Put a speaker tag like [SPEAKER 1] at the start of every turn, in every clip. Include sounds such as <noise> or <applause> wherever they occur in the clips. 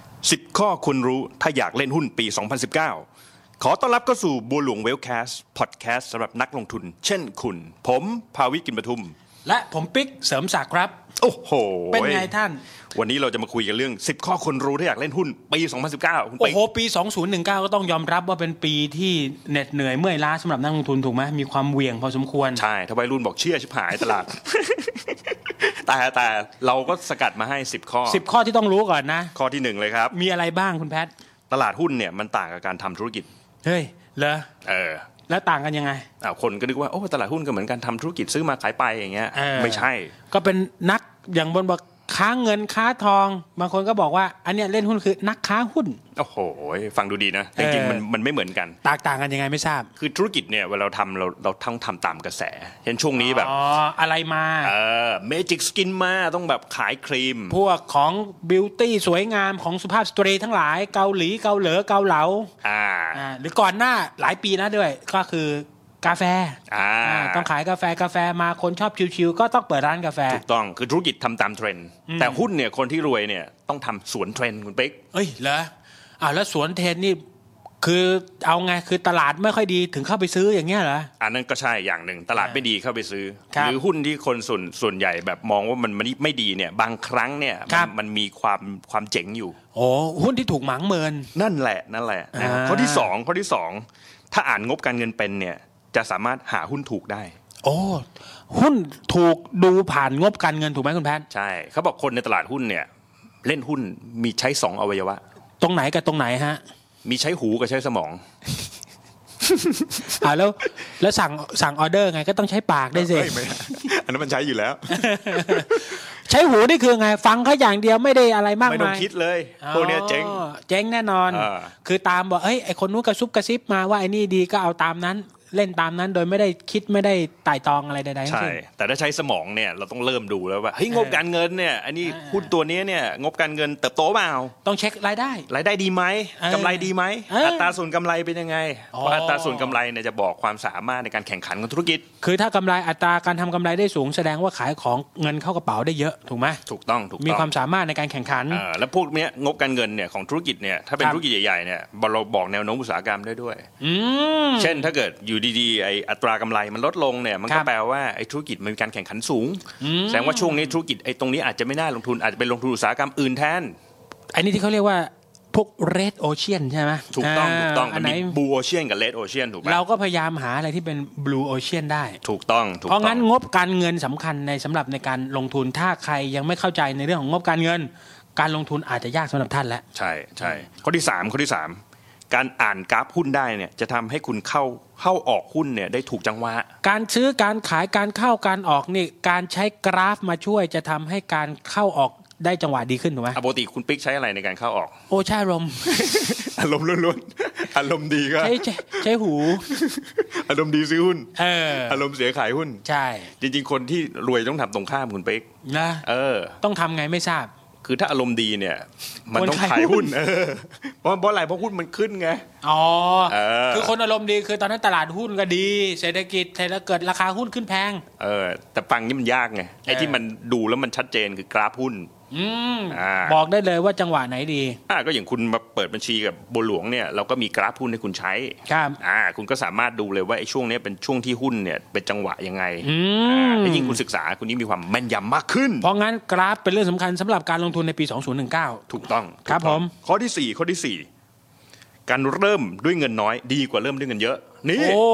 [SPEAKER 1] 10 ข้อควรรู้ถ้าอยากเล่นหุ้นปี 2019 ขอต้อนรับเข้าสู่บัวหลวงเวลแคสต์พอดแคสต์สำหรับนักลงทุน เช่นคุณ ผมภาวิกินปทุม
[SPEAKER 2] และผมปิ๊กเสริมศักดิ์ครับ
[SPEAKER 1] โอ้โห
[SPEAKER 2] เป็นไงท่าน
[SPEAKER 1] วันนี้เราจะมาคุยกันเรื่อง 10 ข้อควรรู้ถ้าอยากเล่นหุ้นปี 2019 คุณ
[SPEAKER 2] โอ้
[SPEAKER 1] ปิ๊ก
[SPEAKER 2] โห ปี 2019 ก็ต้องยอมรับว่าเป็นปีที่เหน็ดเหนื่อยเมื่อยล้าสำหรับนักลงทุนถูกไหมมีความเหวี่ยงพอสมควร
[SPEAKER 1] ใช่ทวายรุ่นบอกเชื่อชิบหายตลาด <laughs> แต่แต่เราก็สกัดมาให้ 10 ข้อ
[SPEAKER 2] 10 ข้อที่ต้องรู้ก่อนนะ
[SPEAKER 1] ข้อที่หนึ่งเลยครับ
[SPEAKER 2] มีอะไรบ้างคุณแพท
[SPEAKER 1] ตลาดหุ้นเนี่ยมันต่างกับการทำธุรกิจ
[SPEAKER 2] เฮ้ย เหรอ
[SPEAKER 1] เออ
[SPEAKER 2] แล้วต่างกันยังไง
[SPEAKER 1] อ่าคนก็นึกว่าโอ้ตลาดหุ้นก็เหมือนการทำธุรกิจซื้อมาขายไปอย่างเงี้ย
[SPEAKER 2] เออ
[SPEAKER 1] ไม่ใช่
[SPEAKER 2] ก็เป็นนักอย่างบนบอกค้าเงินค้าทอง บางคนก็บอกว่า อันเนี้ยเล่นหุ้นคือนักค้าหุ้น
[SPEAKER 1] โอ้โห ฟังดูดีนะ จริงๆ
[SPEAKER 2] เออ
[SPEAKER 1] มันมันไม่เหมือนกัน
[SPEAKER 2] แตกต่างกันยังไงไม่ทราบ
[SPEAKER 1] คือธุรกิจเนี่ยเวลาเราทำเราเราต้องทำตามกระแส เห็นช่วงนี้แบบ
[SPEAKER 2] อ๋อ อะไรมา
[SPEAKER 1] เออเมจิกสกินมาต้องแบบขายครีม
[SPEAKER 2] พวกของบิวตี้สวยงามของสุภาพสตรีทั้งหลายเกาหลีเกาเหลอเกาเหลา
[SPEAKER 1] อ่า
[SPEAKER 2] อ่าหรือก่อนหน้าหลายปีนะด้วยก็คือกาแฟ
[SPEAKER 1] อ่า
[SPEAKER 2] อ่าต้องขายกาแฟกาแฟมาคนชอบชิวๆก็ต้องเปิดร้านกาแฟ
[SPEAKER 1] ถูกต้องคือธุรกิจทำตามเทรนด์แต่หุ้นเนี่ยคนที่รวยเนี่ยต้องทำสวนเทรนด์คุณปิ๊ก
[SPEAKER 2] เอ้ยเหรออ้าวแล้วสวนเทนนี่คือเอาไงคือตลาดไม่ค่อยดีถึงเข้าไปซื้ออย่างเงี้ยเหรอ
[SPEAKER 1] อันนั้นก็ใช่อย่างหนึ่งตลาดไม่ดีเข้าไปซื้อ
[SPEAKER 2] ครับ
[SPEAKER 1] หรือหุ้นที่คนส่วนส่วนใหญ่แบบมองว่ามันมันไม่ดีเนี่ยบางครั้งเนี่ย
[SPEAKER 2] ค
[SPEAKER 1] มั
[SPEAKER 2] รั
[SPEAKER 1] น
[SPEAKER 2] บ
[SPEAKER 1] มันมีความความเจ๋งอยู่
[SPEAKER 2] โอ้หุ้นที่ถูกหมางเมิน
[SPEAKER 1] นั่นแหละนั่นแหละนะฮะ
[SPEAKER 2] อ่า
[SPEAKER 1] ข้อที่สองข้อที่สองถ้าอ่านงบการเงินเป็นเนี่ยจะสามารถหาหุ้นถูกได้
[SPEAKER 2] โอ้หุ้นถูกดูผ่านงบการเงินถูกไหมคุณแพทย์
[SPEAKER 1] ใช่เขาบอกคนในตลาดหุ้นเนี่ยเล่นหุ้นมีใช้สองอวัยวะ
[SPEAKER 2] ตรงไหนกับตรงไหนฮะ
[SPEAKER 1] มีใช้หูกับใช้สมอง
[SPEAKER 2] อ่าแล้วแล้วสั่งสั่งออเดอร์ไงก็ต้องใช้ปากได้วยสิ
[SPEAKER 1] <laughs> อันนั้นมันใช้อยู่แล้ว
[SPEAKER 2] ใช้หูนี่คือไงฟังเขาอย่างเดียวไม่ได้อะไรมาก
[SPEAKER 1] ไม่ต้อง
[SPEAKER 2] มาย
[SPEAKER 1] คิดเลยพวกเนี้ยเจ๋ง
[SPEAKER 2] อ๋อเจ๊งแน่นอน
[SPEAKER 1] อ่า
[SPEAKER 2] คือตามบอกเอ้ยไอคนนู้นกระซุบกระซิบมาว่าไอนี่ดีก็เอาตามนั้น เล่นตามนั้นโดยไม่ได้คิดไม่ได้ไต่ตองอะไรใดๆทั้ง
[SPEAKER 1] ใช่
[SPEAKER 2] สิ้น
[SPEAKER 1] แต่ถ้าใช้สมองเนี่ยเราต้องเริ่มดูแล้วว่าเฮ้ยงบ
[SPEAKER 2] เออ
[SPEAKER 1] การเงินเนี่ยอันนี้
[SPEAKER 2] อ่า
[SPEAKER 1] หุ้นตัวเนี้ยเนี่ยงบการเงินเติบโตเปล่า
[SPEAKER 2] ต้องเช็ครายได้
[SPEAKER 1] รายได้ดีไหม
[SPEAKER 2] เออก
[SPEAKER 1] ำไรดีไหม
[SPEAKER 2] เอออั
[SPEAKER 1] อัตราส่วนกำไรเป็นยังไง
[SPEAKER 2] อ๋
[SPEAKER 1] เพ
[SPEAKER 2] อ
[SPEAKER 1] ราะอัตราส่วนกำไรเนี่ยจะบอกความสามารถในการแข่งขันของธุรกิจ
[SPEAKER 2] คือถ้ากำไรอัตราการทำกำไรได้สูง แสดงว่าขายของเงินเข้ากระเป๋าได้เยอะถูกไหม
[SPEAKER 1] ถูกต้องถูก
[SPEAKER 2] มี
[SPEAKER 1] ต้อ
[SPEAKER 2] ความ
[SPEAKER 1] ง
[SPEAKER 2] สามารถในการแข่งขัน
[SPEAKER 1] เอ่อแล้วพวกเนี้ยงบการเงินเนี่ยของธุรกิจเนี่ยถ้าเป็น
[SPEAKER 2] ครับ
[SPEAKER 1] ธุรกิจใหญ่ๆเนี่ยเราบอกแนวโน้มอุตสาหกรรมได้ด้วย
[SPEAKER 2] อืม
[SPEAKER 1] เช่นถ้าเกิดอยู่ดีๆไออัตรากำไรมันลดลงเนี่ยมัน
[SPEAKER 2] ค
[SPEAKER 1] ก็
[SPEAKER 2] รับ
[SPEAKER 1] แปลว่าไอธุรกิจมันมีการแข่งขันสูง แสดงว่าช่วงนี้ธุรกิจไอตรงนี้อาจจะไม่น่าลงทุนอาจจะเป็นลงทุนอุตสาหกรรมอื่นแทน
[SPEAKER 2] ไอ้นี่ที่เขาเรียกว่าพวกเรดโอเชียนใช่ไหม
[SPEAKER 1] ถูกต้อง
[SPEAKER 2] า
[SPEAKER 1] ถูกต้องมั
[SPEAKER 2] อั
[SPEAKER 1] น น
[SPEAKER 2] ไหน
[SPEAKER 1] มีบูโอเชียนกับเลดโอเชียนถูกไหม
[SPEAKER 2] เราก็พยายามหาอะไรที่เป็นบลูโอเชียนได้
[SPEAKER 1] ถูกต้องถูก
[SPEAKER 2] เพราะ
[SPEAKER 1] ต้อ
[SPEAKER 2] งั้
[SPEAKER 1] ง
[SPEAKER 2] นงบการเงินสำคัญในสำหรับในการลงทุนถ้าใครยังไม่เข้าใจในเรื่องของงบการเงิน การลงทุนอาจจะยากสำหรับท่านแล้ว
[SPEAKER 1] ใช่ใช่ข้อที่สามข้อที่สามการอ่านกราฟหุ้นได้เนี่ยจะทำให้คุณเข้าเข้าออกหุ้นเนี่ยได้ถูกจังหวะ
[SPEAKER 2] การซื้อการขายการเข้าการออกนี่การใช้กราฟมาช่วยจะทำให้การเข้าออกได้จังหวะดีขึ้นถูกไหม
[SPEAKER 1] อ่ะปกติคุณปิ๊กใช้อะไรในการเข้าออก <laughs>
[SPEAKER 2] โอ้ใช่ลม
[SPEAKER 1] อารมณ์ล้วนๆ อารมณ์ดีก็
[SPEAKER 2] ใช้ใช้ใช้หู
[SPEAKER 1] <laughs> อารมณ์ดีซื้อหุ้น
[SPEAKER 2] เออ
[SPEAKER 1] อารมณ์เสียขายหุ้น
[SPEAKER 2] ใช่
[SPEAKER 1] จริงๆ คนที่รวยต้องทำตรงข้ามคุณปิ๊ก
[SPEAKER 2] นะ
[SPEAKER 1] เออ
[SPEAKER 2] ต้องทำไงไม่ทราบ
[SPEAKER 1] คือถ้าอารมณ์ดีเนี่ย มัน
[SPEAKER 2] คน
[SPEAKER 1] ต้อง
[SPEAKER 2] ขาย
[SPEAKER 1] ขาย
[SPEAKER 2] หุ้
[SPEAKER 1] หุ้น
[SPEAKER 2] น
[SPEAKER 1] เออเพราะเพราะอะไรเพราะหุ้นมันขึ้นไง
[SPEAKER 2] อ๋อ
[SPEAKER 1] เออ
[SPEAKER 2] คือคนอารมณ์ดีคือตอนนั้นตลาดหุ้นก็ดี เศรษฐกิจเศรษฐกิดราคาหุ้นขึ้นแพง
[SPEAKER 1] เออ แต่ฟังนี่มันยากไงไอ้ที่มันดูแล้วมันชัดเจนคือกราฟหุ้น
[SPEAKER 2] อืม
[SPEAKER 1] อ่า
[SPEAKER 2] บอกได้เลยว่าจังหวะไหนดี
[SPEAKER 1] อ่าก็อย่างคุณมาเปิดบัญชีกับบัวหลวงเนี่ยเราก็มีกราฟหุ้นให้คุณใช้
[SPEAKER 2] ครับ
[SPEAKER 1] อ่าคุณก็สามารถดูเลยว่าไอ้ช่วงเนี้ยเป็นช่วงที่หุ้นเนี่ยเป็นจังหวะยังไง
[SPEAKER 2] อืม
[SPEAKER 1] อ่าแล้วยิ่งคุณศึกษาคุณยิ่งมีความแม่นยำมากขึ้น
[SPEAKER 2] เพราะงั้นกราฟเป็นเรื่องสำคัญสำหรับการลงทุนในปี 2019
[SPEAKER 1] ถูกต้อง
[SPEAKER 2] ครับ
[SPEAKER 1] ถูกต้อง
[SPEAKER 2] ผม
[SPEAKER 1] ข้อที่สี่ข้อที่สี่การเริ่มด้วยเงินน้อยดีกว่าเริ่มด้วยเงินเยอะ นี่
[SPEAKER 2] โอ้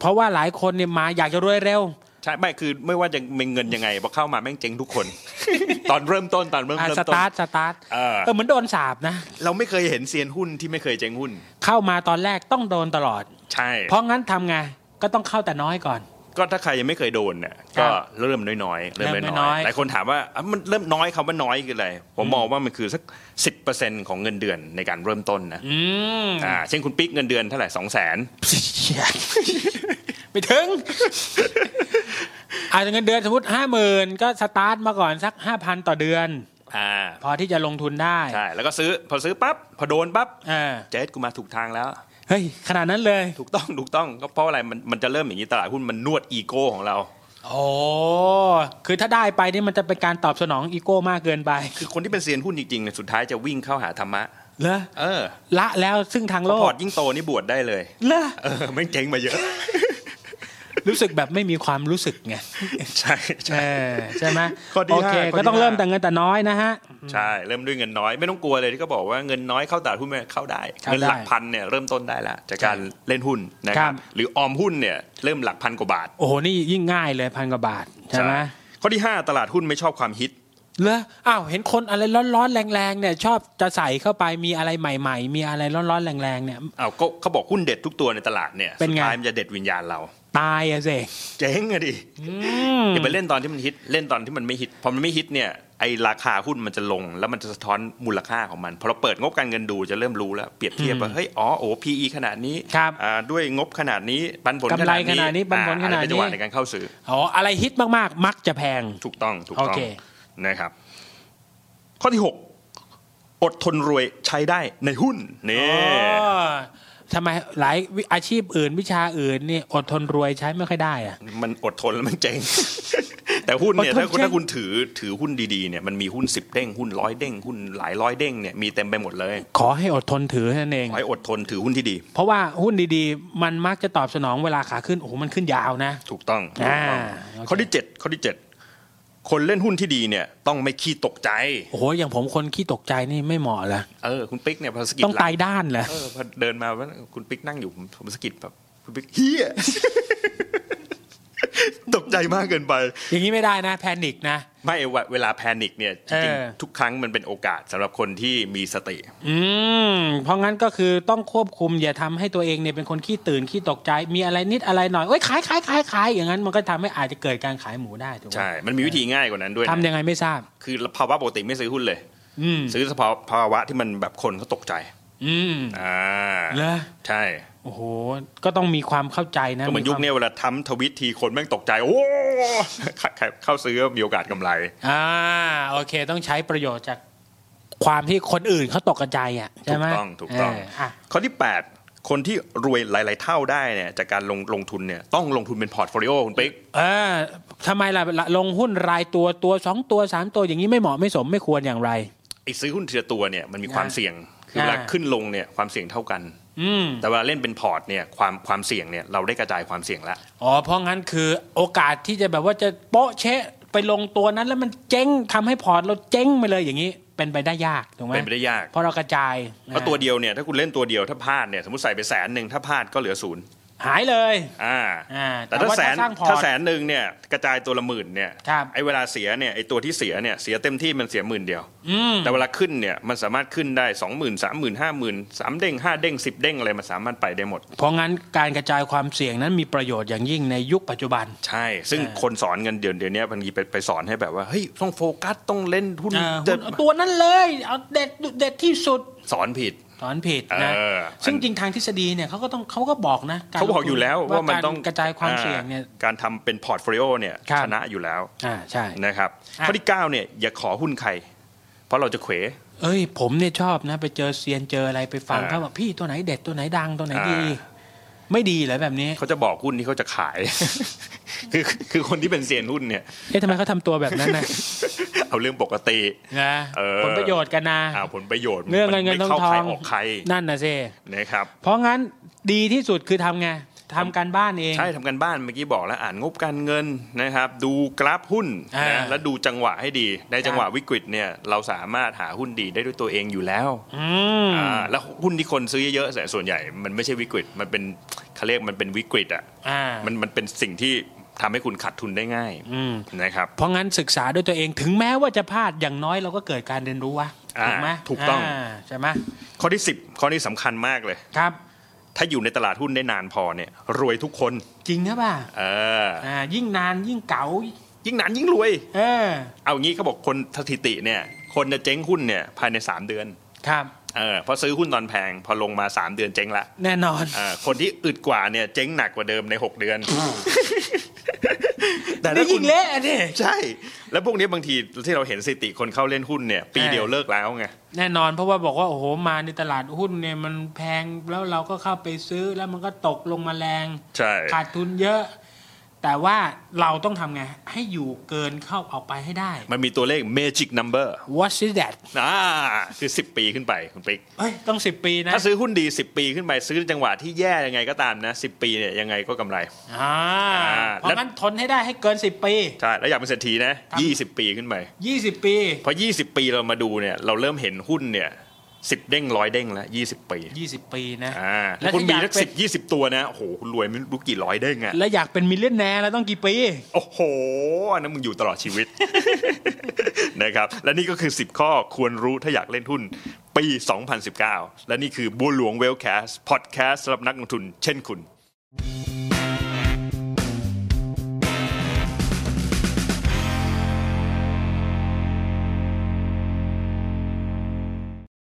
[SPEAKER 2] เพราะว่าหลายคนเนี่ยมาอยากจะรวยเร็ว
[SPEAKER 1] ใช่ไม่คือไม่ว่าจะเป็นเงินยังไงพอเข้ามาแม่งเจ๊งทุกคน
[SPEAKER 2] <laughs>
[SPEAKER 1] ตอนเริ่มต้นตอนเริ่ม
[SPEAKER 2] อ่ะ
[SPEAKER 1] เริ่ม
[SPEAKER 2] ส
[SPEAKER 1] ต้น
[SPEAKER 2] ตาร์ทสตาร์ท
[SPEAKER 1] เออ
[SPEAKER 2] เออเหมือนโดนสาบนะ
[SPEAKER 1] เราไม่เคยเห็นเซียนหุ้นที่ไม่เคยเจ๊งหุ้น
[SPEAKER 2] เข้ามาตอนแรกต้องโดนตลอด
[SPEAKER 1] ใช่
[SPEAKER 2] เพราะงั้นทำไงก็ต้องเข้าแต่น้อยก่อน
[SPEAKER 1] ก็ถ้าใครยังไม่เคยโดนเนี่ย
[SPEAKER 2] ครั
[SPEAKER 1] ก็
[SPEAKER 2] บ
[SPEAKER 1] เริ่มน้อยๆเริ่ม
[SPEAKER 2] เริ่มน้
[SPEAKER 1] น้อ
[SPEAKER 2] อย ย
[SPEAKER 1] ๆ
[SPEAKER 2] ๆ
[SPEAKER 1] หลายคนถามว่าอ่ะมันเริ่มน้อยคำว่าน้อยคืออะไรผมมองว่ามันคือสัก10%ของเงินเดือนในการเริ่มต้นนะ
[SPEAKER 2] อืม
[SPEAKER 1] อ่าเช่นคุณปิ๊กเงินเดือนเท่าไหร่สองแสน
[SPEAKER 2] เชี่ย <laughs> ไม่ถึง อาจจะเงินเดือนสมมติห้าหมื่นก็สตาร์ทมาก่อนสักห้าพันต่อเดือน
[SPEAKER 1] อ่า
[SPEAKER 2] พอที่จะลงทุนได้
[SPEAKER 1] ใช่แล้วก็ซื้อพอซื้อปั๊บพอโดนปั๊บ
[SPEAKER 2] เออ
[SPEAKER 1] เจ๊ดกูมาถูกทางแล้ว
[SPEAKER 2] เฮ้ยขนาดนั้นเลย
[SPEAKER 1] ถูกต้องถูกต้องก็เพราะอะไรมันมันจะเริ่มอย่างนี้ตลาดหุ้นมันนวดอีโก้ของเรา
[SPEAKER 2] โอ้คือถ้าได้ไปนี่มันจะเป็นการตอบสนองอีโก้มากเกินไป
[SPEAKER 1] คือคนที่เป็นเซียนหุ้นจริงๆเนี่ยสุดท้ายจะวิ่งเข้าหาธรรมะ
[SPEAKER 2] เหรอ
[SPEAKER 1] เออ
[SPEAKER 2] ละแล้วซึ่งทาง
[SPEAKER 1] พ
[SPEAKER 2] โล
[SPEAKER 1] อพ
[SPEAKER 2] ก
[SPEAKER 1] อร์ตยิ่งโตนี่บวชได้เลย
[SPEAKER 2] เหรอ
[SPEAKER 1] เออไม่งเจ๊งมาเยอะ
[SPEAKER 2] รู้สึกแบบไม่มีความรู้สึกไง
[SPEAKER 1] <laughs> ใช่ใช่
[SPEAKER 2] เออใช่ไหม
[SPEAKER 1] ข้อที่
[SPEAKER 2] โอเค
[SPEAKER 1] ห้าข้อที่
[SPEAKER 2] ก็ต้องเริ่ม
[SPEAKER 1] ห้า
[SPEAKER 2] แต่เงินแต่น้อยนะฮะ
[SPEAKER 1] ใช่เริ่มด้วยเงินน้อยไม่ต้องกลัวเลยที่เขาบอกว่าเงินน้อยเข้าตลาดหุ้นไม่เข้าได้
[SPEAKER 2] เข้าได้
[SPEAKER 1] เงินหลักพันเนี่ยเริ่มต้นได้ละจากการเล่นหุ้นนะค
[SPEAKER 2] ครั
[SPEAKER 1] รับ บหรือออมหุ้นเนี่ยเริ่มหลักพันกว่าบาท
[SPEAKER 2] โอ้โหนี่ยิ่งง่ายเลยพันกว่าบาทใช่ไหม
[SPEAKER 1] ข้อที่ 5 ตลาดหุ้นไม่ชอบความฮิต
[SPEAKER 2] เหรออ้าวเห็นคนอะไรร้อนๆแรงๆเนี่ย ชอบจะใส่เข้าไปมีอะไรใหม่ ๆ มีอะไรร้อนๆแรงๆเนี่ย
[SPEAKER 1] เอาวก็เขาบอกหุ้นเด็ดทุกตัวในตลาดเนี่ย
[SPEAKER 2] เป็น
[SPEAKER 1] สุด
[SPEAKER 2] ไง
[SPEAKER 1] ท้ายมันจะเด็ดวิญญาณเรา
[SPEAKER 2] ตายอะเสก
[SPEAKER 1] เจ๊งอะดิ
[SPEAKER 2] อืม
[SPEAKER 1] อย่าไปเล่นตอนที่มันฮิตเล่นตอนที่มันไม่ฮิตพอมันไม่ฮิตเนี่ยไอราคาหุ้นมันจะลง แล้วมันจะสะท้อนมูลค่าของมันพอเราเปิดงบการเงินดูจะเริ่มรู้แล้วเปรียบเทียบว่าเฮ้ยอ๋อโอ้ PE ขนาดนี้
[SPEAKER 2] ครับ
[SPEAKER 1] อ่าด้วยงบขนาดนี้ปันผล
[SPEAKER 2] กำไรขนาดนี้ปันผล
[SPEAKER 1] อ่
[SPEAKER 2] ขนาด
[SPEAKER 1] เป็จั
[SPEAKER 2] นี้
[SPEAKER 1] งหวะในการเข้าซื้อ
[SPEAKER 2] อ๋ออะไรฮิตมากๆ มักจะแพง
[SPEAKER 1] ถูกต้องถูก
[SPEAKER 2] โอ
[SPEAKER 1] ต้อง
[SPEAKER 2] เค
[SPEAKER 1] นะครับ ข้อที่ 6 อดทนรวยใช้ได้ในหุ้นนี่
[SPEAKER 2] อ๋อทำไมหลายวิอาชีพอื่นวิชาอื่นนี่อดทนรวยใช้ไม่ค่อยได้อะ
[SPEAKER 1] มันอดทนแล้วมันเจ๊ง <laughs> แต่หุ้นเนี่ย
[SPEAKER 2] อดทน
[SPEAKER 1] ถ้าคุณ
[SPEAKER 2] เจ๊ง
[SPEAKER 1] ถ้าคุณถือถือหุ้นดีๆเนี่ยมันมีหุ้นสิบเด้งหุ้นร้อยเด้งหุ้นหลายร้อยเด้งเนี่ยมีเต็มไปหมดเลย
[SPEAKER 2] ขอให้อดทนถือนั่นเอง
[SPEAKER 1] ขอให้อดทนถือหุ้นที่ดี
[SPEAKER 2] เพราะว่าหุ้นดีๆ มันมักจะตอบสนองเวลาขาขึ้น โอ้โหมันขึ้นยาวนะ
[SPEAKER 1] ถูกต้องถูกต้อง
[SPEAKER 2] อ่าโอเค
[SPEAKER 1] ข้อที่เจ็ดข้อที่เจ็ดคนเล่นหุ้นที่ดีเนี่ย ต้องไม่ขี้ตกใจ
[SPEAKER 2] โอ้โหอย่างผมคนขี้ตกใจนี่ไม่เหมาะละ
[SPEAKER 1] เออคุณปิ๊กเนี่ยพอสะกิด
[SPEAKER 2] ต้อง
[SPEAKER 1] หลั
[SPEAKER 2] ตาง ยด้านเหรอ
[SPEAKER 1] เออพอเดินมาว่าคุณปิ๊กนั่งอยู่ผมผมสะกิดแบบคุณปิ๊กเฮีย <laughs> ตกใจมากเกินไป
[SPEAKER 2] อย่างนี้ไม่ได้นะ แพนิกนะ
[SPEAKER 1] ไม่เวเวลาแพนิคเนี่ยจริง
[SPEAKER 2] เออ
[SPEAKER 1] ๆทุกครั้งมันเป็นโอกาสสำหรับคนที่มีสติ
[SPEAKER 2] อืมเพราะงั้นก็คือต้องควบคุมอย่าทำให้ตัวเองเนี่ยเป็นคนขี้ตื่นขี้ตกใจมีอะไรนิดอะไรหน่อยเอ้ยขายขายขายขายอย่างนั้นมันก็ทำให้อาจจะเกิดการขายหมูได้ถูกไหม
[SPEAKER 1] ใช่ มันมีวิธีง่ายกว่านั้นด้วยนะ
[SPEAKER 2] ทำยังไงไม่ทราบ
[SPEAKER 1] คือภาวะปกติไม่ซื้อหุ้นเลย
[SPEAKER 2] อืม
[SPEAKER 1] ซื้อเฉพาะภาวะที่มันแบบคนเขาตกใจ
[SPEAKER 2] อืม
[SPEAKER 1] อ่า
[SPEAKER 2] เหรอ
[SPEAKER 1] ใช่
[SPEAKER 2] โอ้โห ก็ต้องมีความเข้าใจนะ
[SPEAKER 1] ก็เหมือน
[SPEAKER 2] วา
[SPEAKER 1] ยุคเนี้ยเวลาทำทวิตทีคนแม่งตกใจ โอ้ <laughs> ใครใครเข้าซื้อก็มีโอกาสกำไร
[SPEAKER 2] อ่า โอเค ต้องใช้ประโยชน์จากความที่คนอื่นเขาตกกระจายอ่ะ ใช่ไหม
[SPEAKER 1] ถูกต้องถูกต้อง
[SPEAKER 2] เอ่ะ
[SPEAKER 1] ข้อที่ 8 คนที่รวยหลาย ๆ เท่าได้เนี่ยจากการลงลงทุนเนี่ยต้องลงทุนเป็นพอร์ตโฟลิโอคุณปิ๊ก
[SPEAKER 2] เออทำไมล่ะละลงหุ้นรายตัวตัวสองตัวสามตัวอย่างนี้ไม่เหมาะไม่สมไม่ควรอย่างไร
[SPEAKER 1] ไอ้ซื้อหุ้นทีละตัวเนี่ยมันมีความ
[SPEAKER 2] อ่า
[SPEAKER 1] เสี่ยงคือเวลา
[SPEAKER 2] อ่า
[SPEAKER 1] ขึ้นลงเนี่ยความเสี่ยงเท่ากัน
[SPEAKER 2] อืม
[SPEAKER 1] แต่เวลาเล่นเป็นพอร์ตเนี่ยความความเสี่ยงเนี่ยเราได้กระจายความเสี่ยงแล้ว
[SPEAKER 2] อ๋อ เพราะงั้นคือโอกาสที่จะแบบว่าจะโป๊ะเชะไปลงตัวนั้นแล้วมันเจ๊งทำให้พอร์ตเราเจ๊งไปเลยอย่างนี้ เป็นไปได้ยากถูกไหม
[SPEAKER 1] เป็นไปได้ยาก
[SPEAKER 2] เพราะเรากระจาย
[SPEAKER 1] เพราะตัวเดียวเนี่ยถ้าคุณเล่นตัวเดียวถ้าพลาดเนี่ยสมมติใส่ไปแสนหนึ่งถ้าพลาดก็เหลือศูนย์
[SPEAKER 2] หายเลย
[SPEAKER 1] อ่า
[SPEAKER 2] อ่า
[SPEAKER 1] แต่ถ้า
[SPEAKER 2] ว่
[SPEAKER 1] แสน
[SPEAKER 2] ร้างพอ
[SPEAKER 1] ถ้า
[SPEAKER 2] ร์ต
[SPEAKER 1] แสนหนึ่งเนี่ยกระจายตัวละหมื่นเนี่ย
[SPEAKER 2] ครับ
[SPEAKER 1] ไอ้เวลาเสียเนี่ยไอ้ตัวที่เสียเนี่ยเสียเต็มที่มันเสียหมื่นเดียว
[SPEAKER 2] อืม
[SPEAKER 1] แต่เวลาขึ้นเนี่ยมันสามารถขึ้นได้สองหมื่นสามหมื่นห้าหมื่นสามเด้งห้าเด้งสิบเด้งอะไรมันสามารถไปได้หมด
[SPEAKER 2] เพราะงั้นการกระจายความเสี่ยงนั้นมีประโยชน์อย่างยิ่งในยุคปัจจุบัน
[SPEAKER 1] ใช่ ซึ่ง
[SPEAKER 2] ใช่
[SPEAKER 1] คนสอนเงินเดือนเดี๋ยวนี้บางทีไปไปสอนให้แบบว่าเฮ้ยต้องโฟกัสต้องเล่นหุ้น
[SPEAKER 2] อ่า
[SPEAKER 1] จะ
[SPEAKER 2] เอาตัวนั้นเลยเอาเด็ดเด็ดที่สุด
[SPEAKER 1] สอนผิด
[SPEAKER 2] สอนผิดนะ
[SPEAKER 1] เออ
[SPEAKER 2] ซึ่งจริงทางทฤษฎีเนี่ยเขาก็ต้องเขาก็บอกนะร
[SPEAKER 1] เขาบอกอยู่แล้วว่ามันต้อง
[SPEAKER 2] กรกระจายความเสี่ยงเนี่ย
[SPEAKER 1] อ่าการทำเป็นพอร์ตโฟลิโอเนี่ย
[SPEAKER 2] ครับ
[SPEAKER 1] ชนะอยู่แล้ว
[SPEAKER 2] อ่าใช่
[SPEAKER 1] นะครับ
[SPEAKER 2] อ่ะ
[SPEAKER 1] ข้อที่9เนี่ยอย่าขอหุ้นใคร เพราะเราจะเขว
[SPEAKER 2] เอ้ย ผมเนี่ยชอบนะ ไปเจอเซียนเจออะไรไปฟัง
[SPEAKER 1] อ่า
[SPEAKER 2] เขาบอกพี่ตัวไหนเด็ดตัวไหนดังตัวไหน
[SPEAKER 1] อ่า
[SPEAKER 2] ดี ไม่ดีเหรอแบบนี้
[SPEAKER 1] เขาจะบอกหุ้นที่เขาจะขาย <laughs> คือคือคนที่เป็นเซียนหุ้นเนี่ย
[SPEAKER 2] เอ๊ะทำไมเขาทำตัวแบบนั้นนะ
[SPEAKER 1] เอาเรื่องปกติ
[SPEAKER 2] นะ
[SPEAKER 1] เออ
[SPEAKER 2] ผลประโยชน์กันนะ
[SPEAKER 1] เอาผลประโยชน์
[SPEAKER 2] เรื่องเงินเงิน
[SPEAKER 1] มั
[SPEAKER 2] ทอง
[SPEAKER 1] ไม่
[SPEAKER 2] ท
[SPEAKER 1] เข้าใคร
[SPEAKER 2] อ
[SPEAKER 1] ง ออกใคร
[SPEAKER 2] นั่นนะเซ
[SPEAKER 1] นะครับ
[SPEAKER 2] เพราะงั้นดีที่สุดคือทำไงทำการบ้านเอง
[SPEAKER 1] ใช่ทำกันบ้านเมื่อกี้บอกแล้วอ่านงบการเงินนะครับ ดูกราฟหุ้น
[SPEAKER 2] อ่า
[SPEAKER 1] นะแล้วดูจังหวะให้ดี ในจังหวะวิกฤตเนี่ยเราสามารถหาหุ้นดีได้ด้วยตัวเองอยู่แล้ว
[SPEAKER 2] อืม
[SPEAKER 1] อ่าแล้วหุ้นที่คนซื้อเยอะๆส่วนใหญ่ มันไม่ใช่วิกฤตมันเป็นเขาเรียกมันเป็นวิกฤตอ่ะ
[SPEAKER 2] อ่า
[SPEAKER 1] มันมันเป็นสิ่งที่ทำให้คุณขาดทุนได้ง่าย
[SPEAKER 2] อืม
[SPEAKER 1] นะครับ
[SPEAKER 2] เพราะงั้นศึกษาด้วยตัวเองถึงแม้ว่าจะพลาดอย่างน้อยเราก็เกิดการเรียนรู้วะ
[SPEAKER 1] อ่า
[SPEAKER 2] ถูกไหม
[SPEAKER 1] ถูกต้อง
[SPEAKER 2] าใช่ไหม
[SPEAKER 1] ข้อที่ 10 ข้อนี้สำคัญมากเลย
[SPEAKER 2] ครับ
[SPEAKER 1] ถ้าอยู่ในตลาดหุ้นได้นานพอเนี่ยรวยทุกคน
[SPEAKER 2] จริงนะป่ะ
[SPEAKER 1] เออ
[SPEAKER 2] อ่ายิ่งนานยิ่งเก๋า
[SPEAKER 1] ยิ่งนานยิ่งรวย
[SPEAKER 2] เออ
[SPEAKER 1] เอางี้เขาบอกคนสถิติเนี่ยคนจะเจ๊งหุ้นเนี่ยภายในสามเดือน
[SPEAKER 2] ครับ
[SPEAKER 1] เออเพอซื้อหุ้นตอนแพง พอลงมา 3 เดือนเจ๊งละ
[SPEAKER 2] แน่นอน
[SPEAKER 1] เออคนที่อึดกว่าเนี่ยเจ๊งหนักกว่าเดิมใน 6 เดือน แต่
[SPEAKER 2] นี่
[SPEAKER 1] ถ้าคุ
[SPEAKER 2] ยิ่
[SPEAKER 1] ณ
[SPEAKER 2] งเละอ่ะดิ
[SPEAKER 1] ใช่ แล้วพวกนี้บางทีที่เราเห็นสถิติคนเข้าเล่นหุ้นเนี่ย ปีเดียวเลิกแล้วไง
[SPEAKER 2] แน่นอนเพราะว่าบอกว่าโอ้โหมาในตลาดหุ้นเนี่ยมันแพงแล้วเราก็เข้าไปซื้อแล้วมันก็ตกลงมาแรง
[SPEAKER 1] ใช่
[SPEAKER 2] ขาดทุนเยอะ แต่ว่าเราต้องทำไง ให้อยู่เกินเข้าออกไปให้ได้
[SPEAKER 1] มันมีตัวเลข magic number
[SPEAKER 2] What is that
[SPEAKER 1] อ่าคือ 10 ปีขึ้นไปคุณปิ๊ก
[SPEAKER 2] เอ้ย ต้อง 10 ปีนะ
[SPEAKER 1] ถ้าซื้อหุ้นดี 10 ปีขึ้นไปซื้อจังหวะที่แย่ยังไงก็ตามนะ 10 ปีเนี่ยยังไงก็กำไร
[SPEAKER 2] อ่า
[SPEAKER 1] อ่า
[SPEAKER 2] เพราะงั้นทนให้ได้ให้เกิน 10 ปี
[SPEAKER 1] ใช่แล้วอยากเป็นเศรษฐีนะ 20 ปีขึ้นไป
[SPEAKER 2] 20 ปี
[SPEAKER 1] พอ 20 ปีเรามาดูเนี่ยเราเริ่มเห็นหุ้นเนี่ยสิบเด้งร้อยเด้งแล้วยี่สิบปี
[SPEAKER 2] 20 ปีนะ
[SPEAKER 1] อ่า
[SPEAKER 2] แล้
[SPEAKER 1] แล้ว
[SPEAKER 2] ว
[SPEAKER 1] คุณมี
[SPEAKER 2] ถ้าอยาก
[SPEAKER 1] สัก
[SPEAKER 2] เป็
[SPEAKER 1] สิ
[SPEAKER 2] น
[SPEAKER 1] บยี่สิบตัวนะโอ้โหคุณรวยไม่รู้กี่ร้อยเด้งอะ
[SPEAKER 2] แล้วอยากเป็นมิลเลนแนร์แล้วต้องกี่ปี
[SPEAKER 1] โอ้โหอันนั้นมึงอยู่ตลอดชีวิต <laughs> นะครับและนี่ก็คือ 10 ข้อควรรู้ถ้าอยากเล่นหุ้นปี 2019 และนี่คือบัวหลวงเวลแคสพอดแคสสำหรับนักลงทุนเช่นคุณ